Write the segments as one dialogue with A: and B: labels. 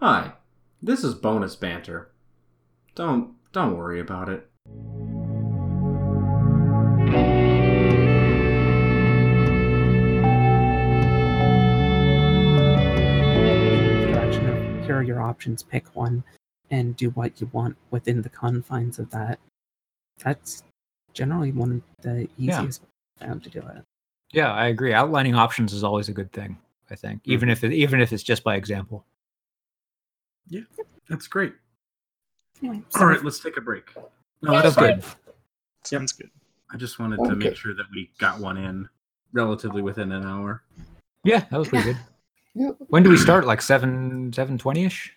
A: Hi, this is bonus banter. Don't don't worry about it.
B: direction of here are your options, pick one, and do what you want within the confines of that. That's generally one of the
C: Yeah.
B: easiest found to do it.
C: Yeah, I agree. Outlining options is always a good thing. I think, even if it, even if it's just by example.
A: That's great.
B: Anyway,
A: All right, let's take a break. No,
C: That's
A: that's
C: good.
A: good.
D: Sounds good.
A: I just wanted to
E: Okay.
A: make sure that we got one in relatively within an hour.
C: Yeah, that was pretty good.
E: Yeah,
C: When do we start? Like seven seven twenty ish.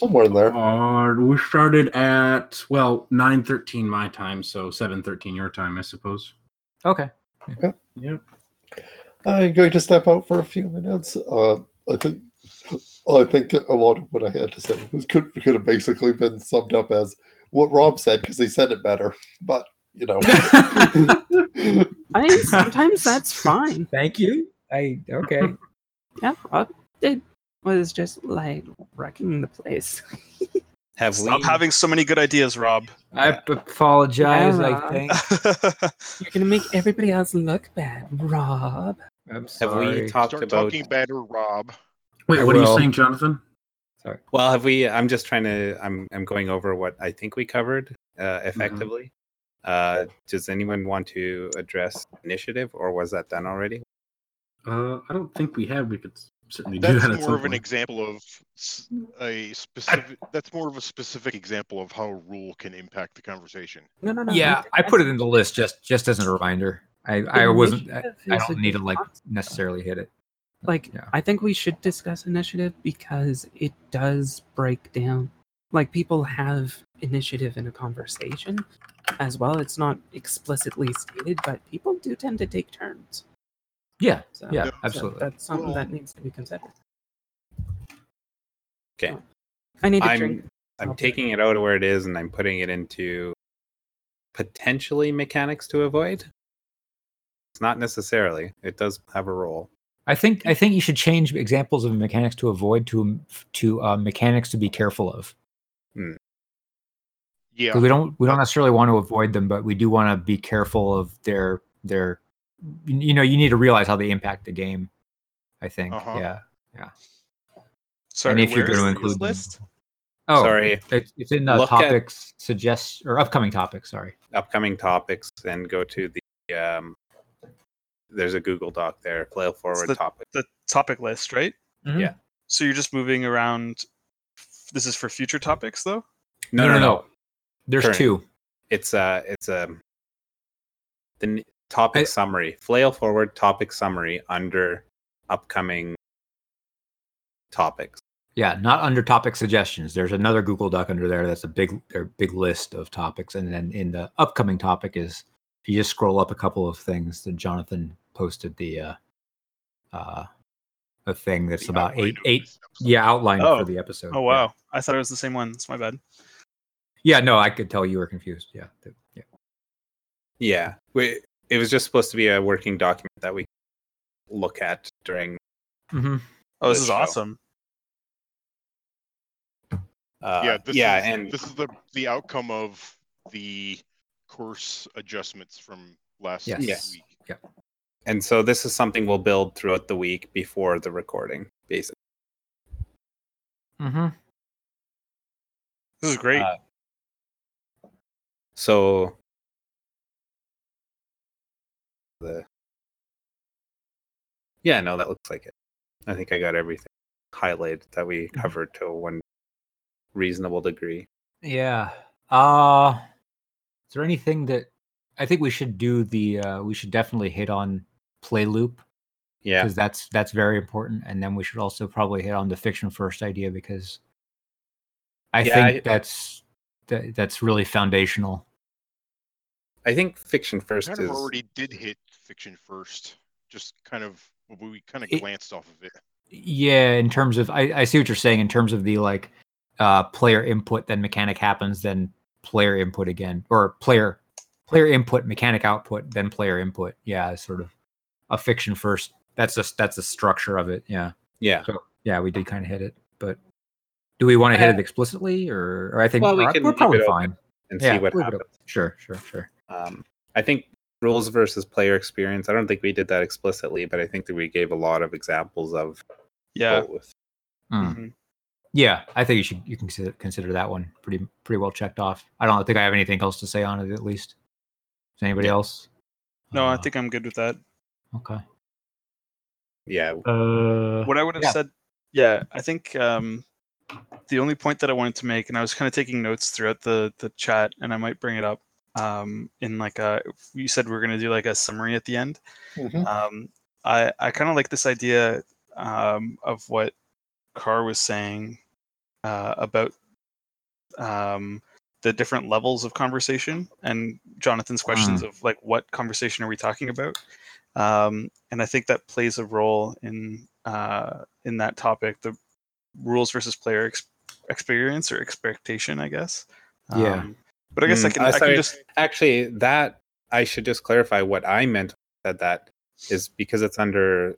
E: somewhere in there.
A: Uh, we started at well nine thirteen my time, so seven thirteen your time, I suppose.
C: Okay.
A: Yep.
E: I'm going to step out for a few minutes. Uh, I think I think a lot of what I had to say was could could have basically been summed up as what Rob said because he said it better. But you know,
B: I, sometimes that's fine.
C: Thank you. I okay.
B: Yeah, all it was just like wrecking the place.
F: Have
D: Stop
F: we?
D: having so many good ideas, Rob.
C: I ap- apologize. I
B: Yeah.
C: think
B: You're gonna make everybody else look bad, Rob.
C: I'm
F: have
C: sorry.
F: we talked
G: Start
F: about?
G: talking better, Rob.
A: Wait,
C: I
A: what are you
C: will.
A: saying, Jonathan?
F: Well, have we? I'm just trying to. I'm I'm going over what I think we covered uh, effectively. Uh, does anyone want to address initiative, or was that done already?
A: Uh, I don't think we have. We could certainly do
G: That's
A: that at some
G: more of an
A: point.
G: example of s- a specific. That's more of a specific example of how a rule can impact the conversation.
B: No, no, no.
C: Yeah, I put it in the list just just as a reminder. I I wasn't. I,
B: Initiative
C: I
B: is a
C: don't need to
B: good
C: like
B: concept.
C: necessarily hit it.
B: like
C: Yeah.
B: i think we should discuss initiative because it does break down like people have initiative in a conversation as well it's not explicitly stated but people do tend to take turns
C: Yeah.
B: so
C: Yeah.
G: Yeah.
C: Absolutely.
B: that's something
G: Well-
B: that needs to be considered
F: Okay.
B: i need to
F: I'm-
B: drink
F: I'm
B: Okay.
F: taking it out of where it is, and I'm putting it into potentially mechanics to avoid. It's not necessarily. It does have a role.
C: I think I think you should change examples of mechanics to avoid to to uh, mechanics to be careful of.
G: Yeah,
C: 'Cause We don't we don't necessarily want to avoid them, but we do want to be careful of their their. You you know, you need to realize how they impact the game. I think.
G: Uh-huh.
C: Yeah.
D: Sorry,
C: and if you're
D: where is
C: going to
D: this
C: include them-
D: list?
C: Oh,
F: Sorry.
C: It's, it's in the
F: Look at-
C: topics suggest or upcoming topics. Sorry.
F: Upcoming topics, and go to the. Um, there's a Google Doc there. Play forward
D: the-
F: topic.
D: The topic list, right?
F: Yeah.
D: So you're just moving around. This is for future topics, though.
F: No, no, no.
C: There's
F: Current.
C: two.
F: It's a. It's a. The n- topic
C: I-
F: summary. Flail forward topic summary under upcoming topics.
C: Yeah, not under topic suggestions. There's another Google Doc under there that's a big or big list of topics. And then in the upcoming topic is if you just scroll up a couple of things that Jonathan posted the uh uh a thing that's
G: the
C: about
G: outline
C: eight
G: of
C: eight
G: this episode.
C: yeah, outlined
D: Oh.
C: for the episode.
D: Oh
C: Yeah.
D: wow, I thought it was the same one. That's my bad.
C: Yeah, no, I could tell you were confused. Yeah. th- yeah.
F: Yeah, we, it was just supposed to be a working document that we look at during.
C: Mm-hmm.
D: Oh, this
F: This
D: is
F: show.
D: awesome.
F: Uh,
G: yeah,
F: yeah,
G: this is,
F: and
G: this is the the outcome of the course adjustments from last
C: Yes.
F: Yes.
G: week.
F: and so this is something we'll build throughout the week before the recording. Basically,
C: Mm-hmm.
D: This is great.
F: Uh, so the yeah, no, that looks like it. I think I got everything highlighted that we
G: Mm-hmm.
F: covered to one reasonable degree.
C: Yeah. Uh is there anything that I think we should do the uh we should definitely hit on play loop
F: Yeah,
C: because that's that's very important. And then we should also probably hit on the fiction first idea because I
F: Yeah,
C: think
F: I-
C: that's that, that's really foundational.
F: I think fiction
G: We
F: first
G: kind
F: is
G: of already did hit fiction first. Just kind of we kind of
C: It-
G: glanced off of it.
C: Yeah, in terms of I, I see what you're saying in terms of the like uh player input, then mechanic happens, then player input again, or player player input, mechanic output, then player input. Yeah, it's sort of a fiction first. That's just that's the structure of it. Yeah.
F: yeah.
C: Yeah, we did kind of hit it, but Do we want to hit it explicitly, or, or I think
F: Uh, Well, we
C: we're,
F: can
C: we're
F: leave
C: probably
F: it open.
C: fine.
F: and
C: Yeah,
F: see what
C: leave it up.
F: happens.
C: Sure, sure, sure.
F: Um, I think rules versus player experience. I don't think we did that explicitly, but I think that we gave a lot of examples of
D: Yeah.
F: both.
C: Mm.
D: Mhm.
C: Yeah, I think you should you can consider, consider that one pretty pretty well checked off. I don't think I have anything else to say on it. At least, does anybody else?
D: No, I
C: Uh,
D: think I'm good with that.
C: okay.
F: Yeah,
C: Uh,
D: What I would have
C: yeah.
D: said, yeah, I think um, the only point that I wanted to make, and I was kind of taking notes throughout the the chat, and I might bring it up um, in like a. You said we are gonna do like a summary at the end.
F: Mm-hmm.
E: Mhm.
D: um, I I kind of like this idea um, of what Carr was saying uh, about um, the different levels of conversation and Jonathan's questions of like what conversation are we talking about, um, and I think that plays a role in uh, in that topic the rules versus player ex- experience or expectation I guess.
C: Yeah.
D: Um, but I guess I
F: Mm,
D: can
F: uh,
D: I can
F: sorry.
D: just
F: actually, that I should just clarify what I meant that that is because it's under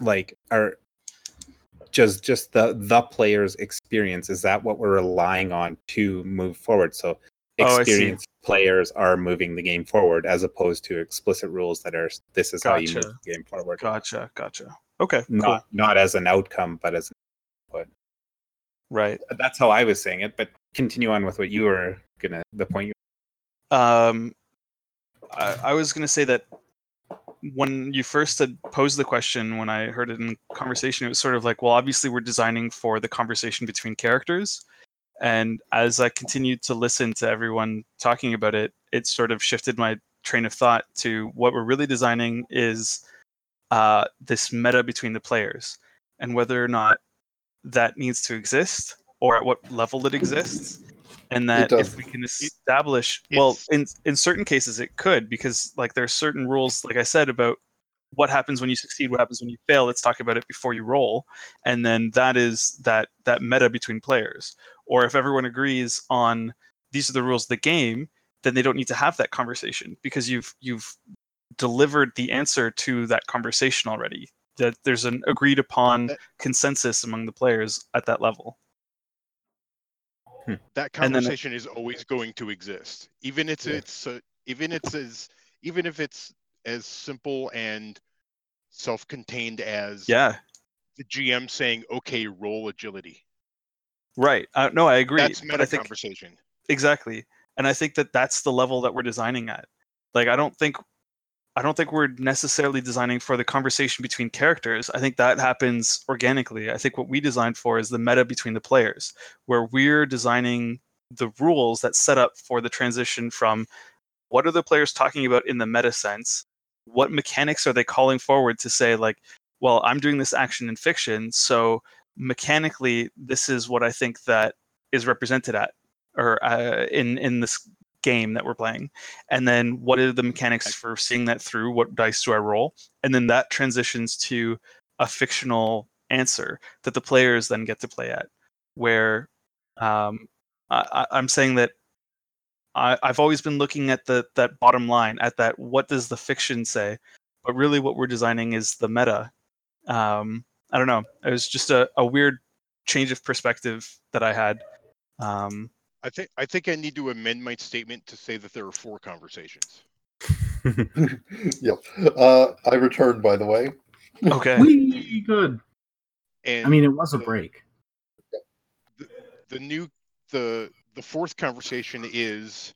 F: like our just just the the player's experience is that what we're relying on to move forward so
D: Oh, I see.
F: experienced players are moving the game forward as opposed to explicit rules that are this is how you move
D: Gotcha.
F: the game forward
D: gotcha gotcha okay
F: not
D: cool
F: not as an outcome, but as
D: right.
F: that's how I was saying it. But continue on with what you were gonna the point. You,
D: Um, I, I was going to say that when you first had posed the question, when I heard it in conversation, it was sort of like, well, obviously we're designing for the conversation between characters. And as I continued to listen to everyone talking about it, it sort of shifted my train of thought to what we're really designing is uh, this meta between the players and whether or not that needs to exist or at what level it exists. And that if
E: doesn't.
D: we can establish, well,
G: It's-
D: in, in certain cases it could because like there are certain rules, like I said, about what happens when you succeed, what happens when you fail. Let's talk about it before you roll. And then that is that that meta between players. Or if everyone agrees on these are the rules of the game, then they don't need to have that conversation because you've you've delivered the answer to that conversation already. That there's an agreed upon consensus among the players at that level.
G: that
D: And then-
G: conversation is always going to exist even it's it's uh, even it's as even if it's as simple and self-contained as
D: Yeah,
G: the gm saying okay roll agility
D: right. Uh, no, I agree.
G: that's
D: but
G: meta
D: I think
G: conversation
D: exactly and i think that that's the level that we're designing at like i don't think i don't think we're necessarily designing for the conversation between characters i think that happens organically i think what we designed for is the meta between the players where we're designing the rules that set up for the transition from what are the players talking about in the meta sense what mechanics are they calling forward to say like well i'm doing this action in fiction so mechanically this is what i think that is represented at or uh, in in this game that we're playing and then what are the mechanics for seeing that through what dice do i roll and then that transitions to a fictional answer that the players then get to play at where um, I, I- i'm saying that I, i've always been looking at the that bottom line at that what does the fiction say but really what we're designing is the meta um, i don't know it was just a, a weird change of perspective that i had um,
G: i think i think i need to amend my statement to say that there are four conversations
E: yep. Uh, I returned, by the way.
D: Okay.
A: Whee, good.
G: and
A: I mean, it was a break.
G: the new the the fourth conversation is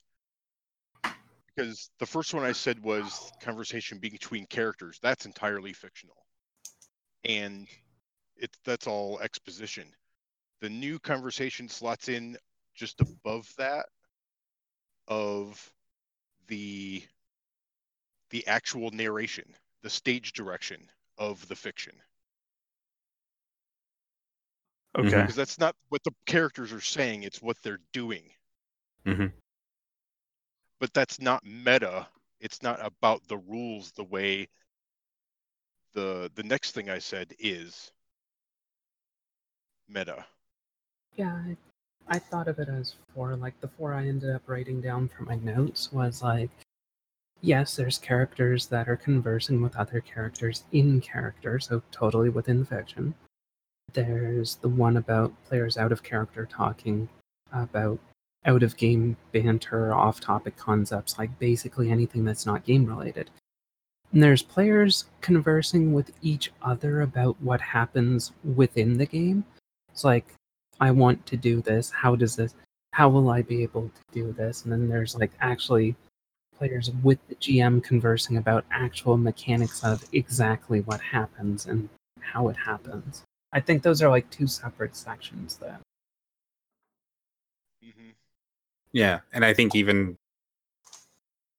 G: because the first one I said was conversation being between characters. That's entirely fictional, and it that's all exposition. The new conversation slots in just above that of the the actual narration, the stage direction of the fiction.
D: Okay.
F: Mhm.
G: because that's not what the characters are saying it's what they're doing
F: Mhm.
G: but that's not meta it's not about the rules the way the the next thing i said is meta
B: Yeah, I, I thought of it as four. Like the four I ended up writing down for my notes was like, yes, there's characters that are conversing with other characters in character, so totally within fiction. There's the one about players out of character talking about out of game banter, off topic concepts, like basically anything that's not game related. And there's players conversing with each other about what happens within the game. It's like, I want to do this. How does this? How will I be able to do this? And then there's like actually players with the GM conversing about actual mechanics of exactly what happens and how it happens. I think those are like two separate sections there.
G: hmm
F: Yeah, and I think even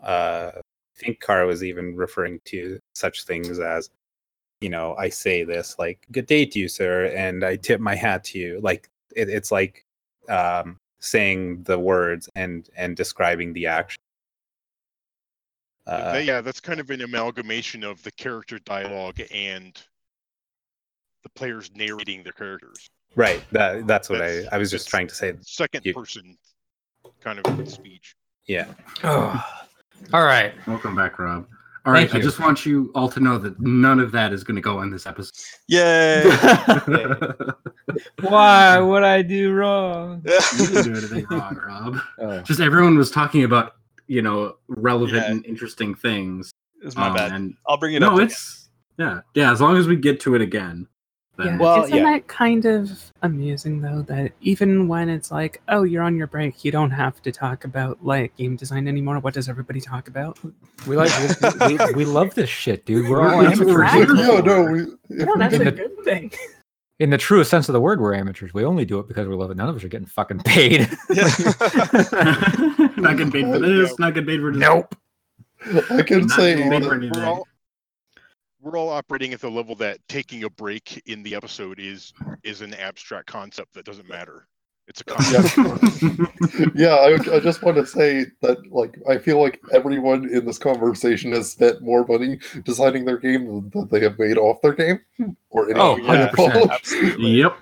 F: uh, I think Kara was even referring to such things as, you know, I say this like "Good day to you, sir," and I tip my hat to you. Like it, it's like um, saying the words and and describing the action. Uh,
G: yeah, that's kind of an amalgamation of the character dialogue and the players narrating their characters.
F: right. That that's what I
G: That's-
F: I was just trying to say.
G: Second
F: You-
G: person kind of speech.
F: Yeah.
C: Oh. All right.
A: Welcome back, Rob. All right,
C: Thank
A: I
C: you.
A: just want you all to know that none of that is going to go on this episode.
D: Yay!
A: you
C: Why would I do wrong?
A: didn't do anything wrong, Rob.
C: Oh.
A: Just everyone was talking about you know relevant
D: Yeah.
A: and interesting things.
D: it's my
A: Um,
D: bad.
A: And
D: I'll bring it
A: no,
D: up. again.
A: it's yeah, yeah. As long as we get to it again,
B: Yeah.
A: then
F: Well,
B: Isn't
F: yeah.
B: that kind of amusing though? That even when it's like, oh, you're on your break, you don't have to talk about like game design anymore. What does everybody talk about?
C: We like we, we, we love this shit, dude. We're all
A: That's what we're
C: amateurs.
B: Exactly.
A: here
E: No,
A: for.
E: no, we, if
B: No,
E: we
B: that's a
E: did it,
B: good thing.
C: In the truest sense of the word, we're amateurs. We only do it because we love it. None of us are getting fucking paid.
A: not getting paid for this. Not getting paid for this.
C: nope.
E: I can
A: Not
E: say
A: getting paid for
E: that
A: anything.
G: We're all, we're all operating at the level that taking a break in the episode is is an abstract concept that doesn't matter. It's a concept.
E: yeah, I, I just want to say that like I feel like everyone in this conversation has spent more money designing their game than they have made off their game or anything.
C: Oh,
F: yeah,
C: 100%.
F: absolutely.
A: Yep.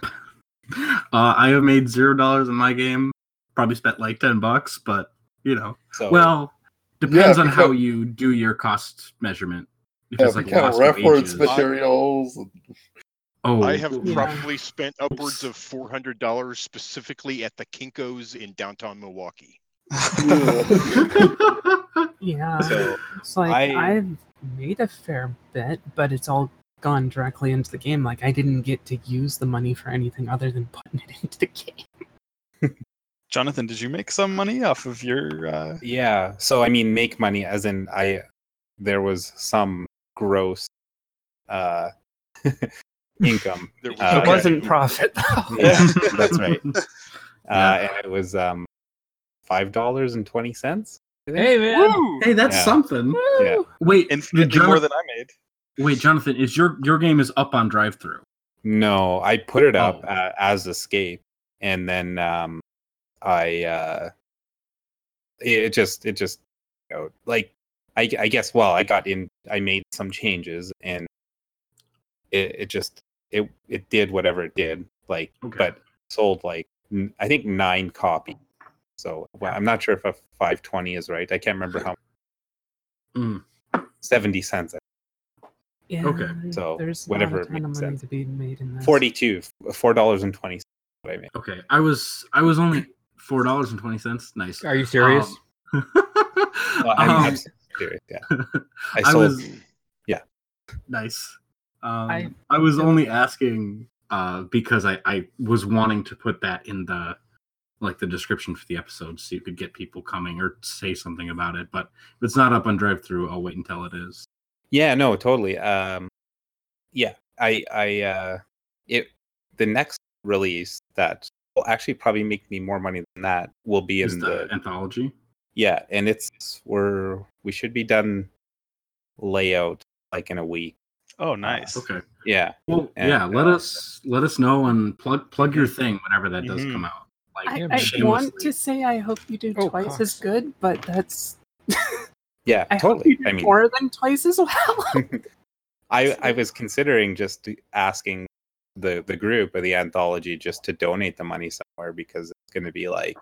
A: Uh, I have made zero dollars in my game. Probably spent like ten bucks, but you know,
F: So
A: well, depends on how
E: because-
A: you do your cost measurement. If
E: Yeah,
A: it's
E: we
A: like
E: count
A: lost
E: reference
A: reference,
E: materials.
A: oh,
G: I have
B: Yeah.
G: probably spent upwards of four hundred dollars specifically at the Kinkos in downtown Milwaukee.
B: Yeah.
F: so
B: It's like
F: I-
B: I... have made a fair bit, but it's all gone directly into the game. Like I didn't get to use the money for anything other than putting it into the game.
D: Jonathan, did you make some money off of your? Uh...
F: Yeah. So I mean, make money as in I. There was some gross uh income.
G: There was
F: Uh,
C: It
F: Okay.
C: wasn't profit.
F: Yeah, that's right. Uh,
A: Yeah.
F: and it was um five dollars and twenty cents.
C: hey man.
D: Woo!
A: Hey, that's
F: Yeah.
A: something.
F: Yeah.
A: Wait,
D: Infinitely
A: Jonathan,
D: more than I made.
A: wait, Jonathan, is your your game is up on drive through?
F: No, I put it up
A: Oh.
F: uh, as escape, and then um I uh it, it just it just you know, like I, I guess well I got in I made some changes and it it just it it did whatever it did like
A: Okay.
F: but sold like n- I think nine copy. So well, I'm not sure if a 520 is right. I can't remember how.
A: Mm.
F: 70 cents.
B: Yeah.
A: Okay.
F: So,
B: there's
F: whatever
B: not a ton of
F: makes
B: money
F: sense.
B: to be made in this.
F: 42 $4.20 is what I made.
A: Okay, I was I was only four dollars and twenty cents. Nice.
C: Are you serious?
A: Um,
F: Well, I'm
A: um,
F: absolutely serious. Yeah. I
A: I
F: sold.
A: was-
F: yeah.
A: nice. Um, I,
B: I-
A: was only asking uh, because I, I was wanting to put that in the like the description for the episode so you could get people coming or say something about it. But if it's not up on drive through, I'll wait until it is.
F: Yeah, no, totally. Um, yeah, I, I, uh, it, the next release that will actually probably make me more money than that will be
A: Is
F: in
A: the
F: the,
A: anthology?
F: yeah, and it's we're we should be done layout like in a week.
D: Oh, nice.
A: Okay.
F: Yeah,
A: Well,
F: And,
A: yeah. Let
F: uh,
A: us let us know and plug plug your thing whenever that does
F: Mm-hmm.
D: Mhm.
A: come out.
B: I,
C: Yeah,
B: I want
A: shamelessly.
B: to say I hope you do
C: Oh,
B: twice as
C: Cox.
B: good, but that's
F: yeah,
B: I hope
F: totally.
B: you do
F: I mean,
B: more than twice as well.
F: I I was considering just asking the the group or the anthology just to donate the money somewhere because it's going to be like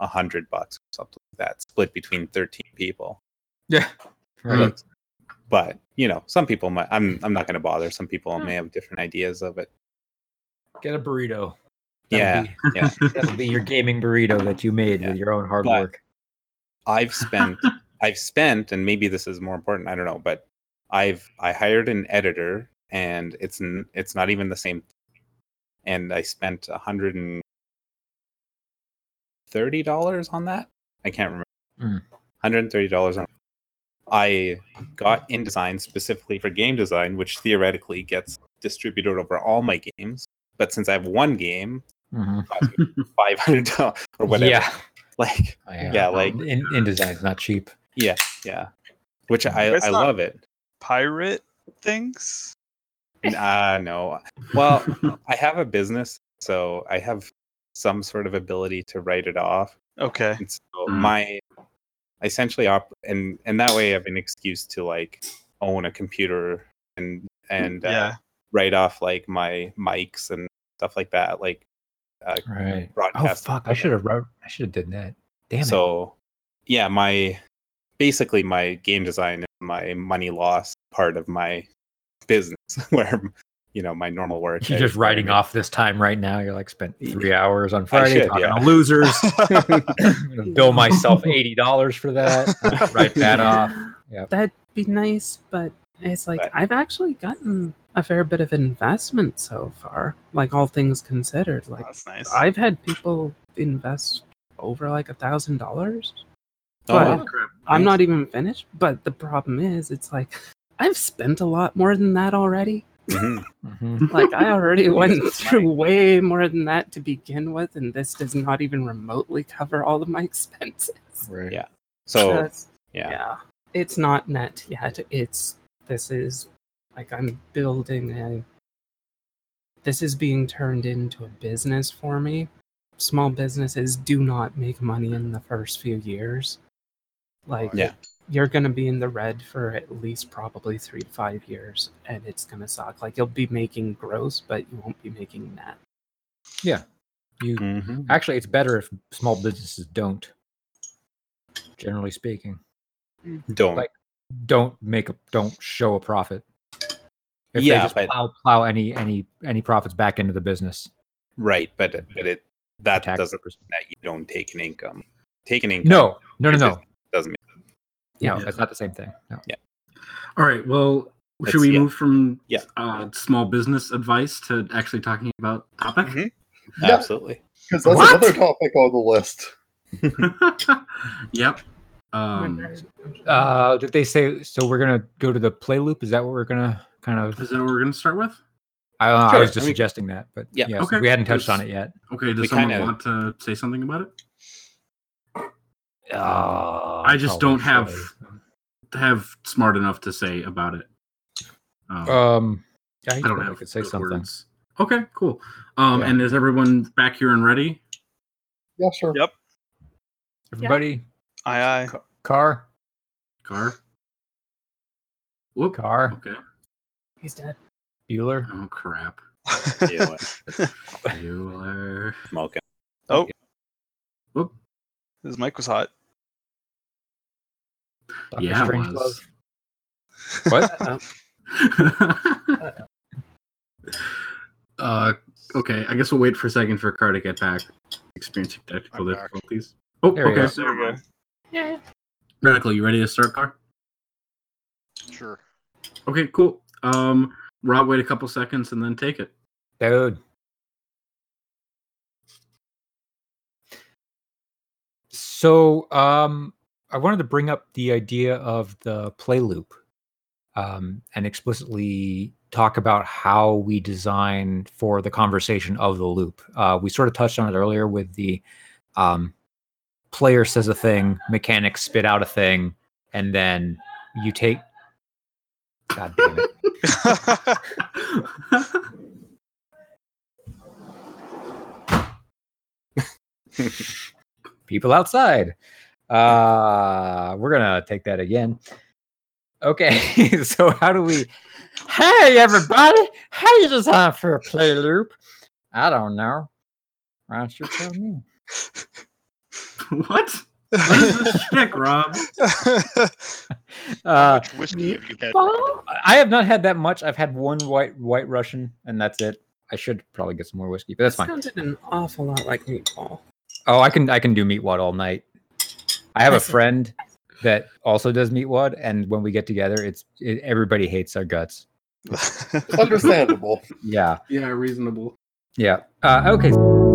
F: a hundred bucks or something like that, split between thirteen people.
C: Yeah. Right.
F: But you know, some people might. I'm I'm not going to bother. Some people may have different ideas of it.
C: Get a burrito.
F: Yeah.
C: That'll be- that'll be your gaming burrito that you made with your own hard
F: But-
C: work.
F: I've spent I've spent and maybe this is more important I don't know but I've I hired an editor and it's n- it's not even the same and I spent a hundred and thirty dollars on that I can't remember
C: Mm.
F: hundred and thirty dollars on I got InDesign specifically for game design which theoretically gets distributed over all my games but since I have one game
C: Mhm.
F: five hundred dollars or whatever
C: Yeah.
F: like Yeah, like-
C: in InDesign's not cheap.
F: Yeah, which I,
D: It's
F: I
D: not-
F: love it.
D: Pirate things.
F: Uh, no, well, I have a business, so I have some sort of ability to write it off.
D: Okay.
F: And so
A: Mm.
F: my I essentially op and and that way I have an excuse to like own a computer and and uh,
D: yeah.
F: write off like my mics and stuff like that, like uh,
C: Right. Oh
F: broadcast.
C: fuck! I should have wrote. I should have did that. Damn it.
F: so yeah my basically my game design is my money loss part of my business where you know my normal work
C: You're
F: I-
C: just writing off this time right now. You're like spent three hours on
F: I
C: Friday
F: should,
C: talking
F: yeah.
C: to losers. I'm gonna bill myself eighty dollars for that. Write that off. Yep.
B: That'd be nice, but it's like
F: But-
B: I've actually gotten a fair bit of investment so far. Like all things considered, like
D: That's nice.
B: I've had people invest over like a thousand dollars.
F: Oh,
B: But
F: wow.
A: crap.
B: I'm not even finished. But the problem is, it's like I've spent a lot more than that already.
F: Mhm.
C: Mhm.
B: Like I already went
F: Jesus,
B: through way more than that to begin with, and this does not even remotely cover all of my expenses.
C: Right.
F: Yeah. so
B: That's-
F: yeah.
B: yeah, it's not net yet. It's this is like I'm building a. This is being turned into a business for me. Small businesses do not make money in the first few years. Like
F: Yeah.
B: you're going to be in the red for at least probably three to five years, and it's going to suck. Like you'll be making gross, but you won't be making net.
C: You
F: Mhm.
C: Mm. actually, it's better if small businesses don't. Generally speaking,
F: don't
C: Like- don't make a don't show a profit. If they
F: Yeah,
C: just
F: but-
C: plow, plow any any any profits back into the business.
F: right but it- but it
C: for
F: that
C: tax
F: doesn't
C: purposes.
F: that you don't take an income take an income
C: No, no, no,
F: It
C: no,
F: doesn't mean
C: no.
A: Yeah.
C: That's not the same thing. No.
A: All right. Well,
F: Let's-
A: should we
F: yeah.
A: move from
F: Yeah.
A: uh, small business advice to actually talking about topic?
F: Mhm.
E: Yeah.
F: absolutely
E: Because that's
A: What?
E: another topic on the list.
A: yep. Um,
C: Uh, did they say so? We're gonna go to the play loop. Is that what we're gonna kind of?
A: is that what we're going to start with?
C: I, don't know, I
F: Sure,
C: was just
F: I mean-
C: suggesting that, but yeah,
F: Yeah.
C: yeah so
A: Okay.
C: we hadn't touched on
A: Yes.
C: it yet.
A: Okay. Does
F: We
A: someone
F: kinda-
A: want to say something about it?
C: Uh,
A: I just don't
C: probably
A: Have smart enough to say about it. Um,
C: should. Um, yeah, I,
A: I don't have.
C: could say
A: good
C: something.
A: words. Okay. Cool. Um,
C: Yeah.
A: And is everyone back here and ready?
E: Yeah, sure.
D: Yep.
C: Everybody,
D: Aye, aye.
C: car,
A: Car. Whoop.
C: car,
A: Okay.
B: He's dead.
C: Bueller.
A: Oh crap.
F: Yeah, what?
A: Bueller.
F: smoking
D: oh,
A: Whoop.
D: his mic was hot.
C: Dr.
A: Yeah, it
C: Strangelove.
A: was.
C: What?
A: uh, okay, I guess we'll wait for a second for Car to get back. Experiencing technical
G: I'm back.
A: difficulties. Oh,
C: There we
A: okay.
C: go.
A: so
D: There we go.
B: Yeah.
A: Radical, you ready to start, Car?
G: Sure.
A: Okay, cool. Um, Rob, wait a couple seconds and then take it.
C: Dude. So um, I wanted to bring up the idea of the play loop um, and explicitly talk about how we design for the conversation of the loop. Uh, we sort of touched on it earlier with the um, player says a thing, mechanics spit out a thing, and then you take. God damn it. people outside. Uh, we're gonna take that again. Okay, so how do we? Hey, everybody! How you design for a play loop? I don't know. Why don't you tell me?
A: what? What is this shtick, Rob?
C: Uh,
G: Which whiskey have you had?
C: I have not had that much. I've had one white white Russian, and that's it. I should probably get some more whiskey, but that's
B: That
C: fine.
B: sounded an awful lot like meatball.
C: Oh, I can I can do meat wad all night. I have a
B: Listen.
C: friend that also does meat wad, and when we get together, it's it, everybody hates our guts.
E: Understandable.
C: Yeah,
A: Yeah, reasonable.
C: yeah. Uh, okay.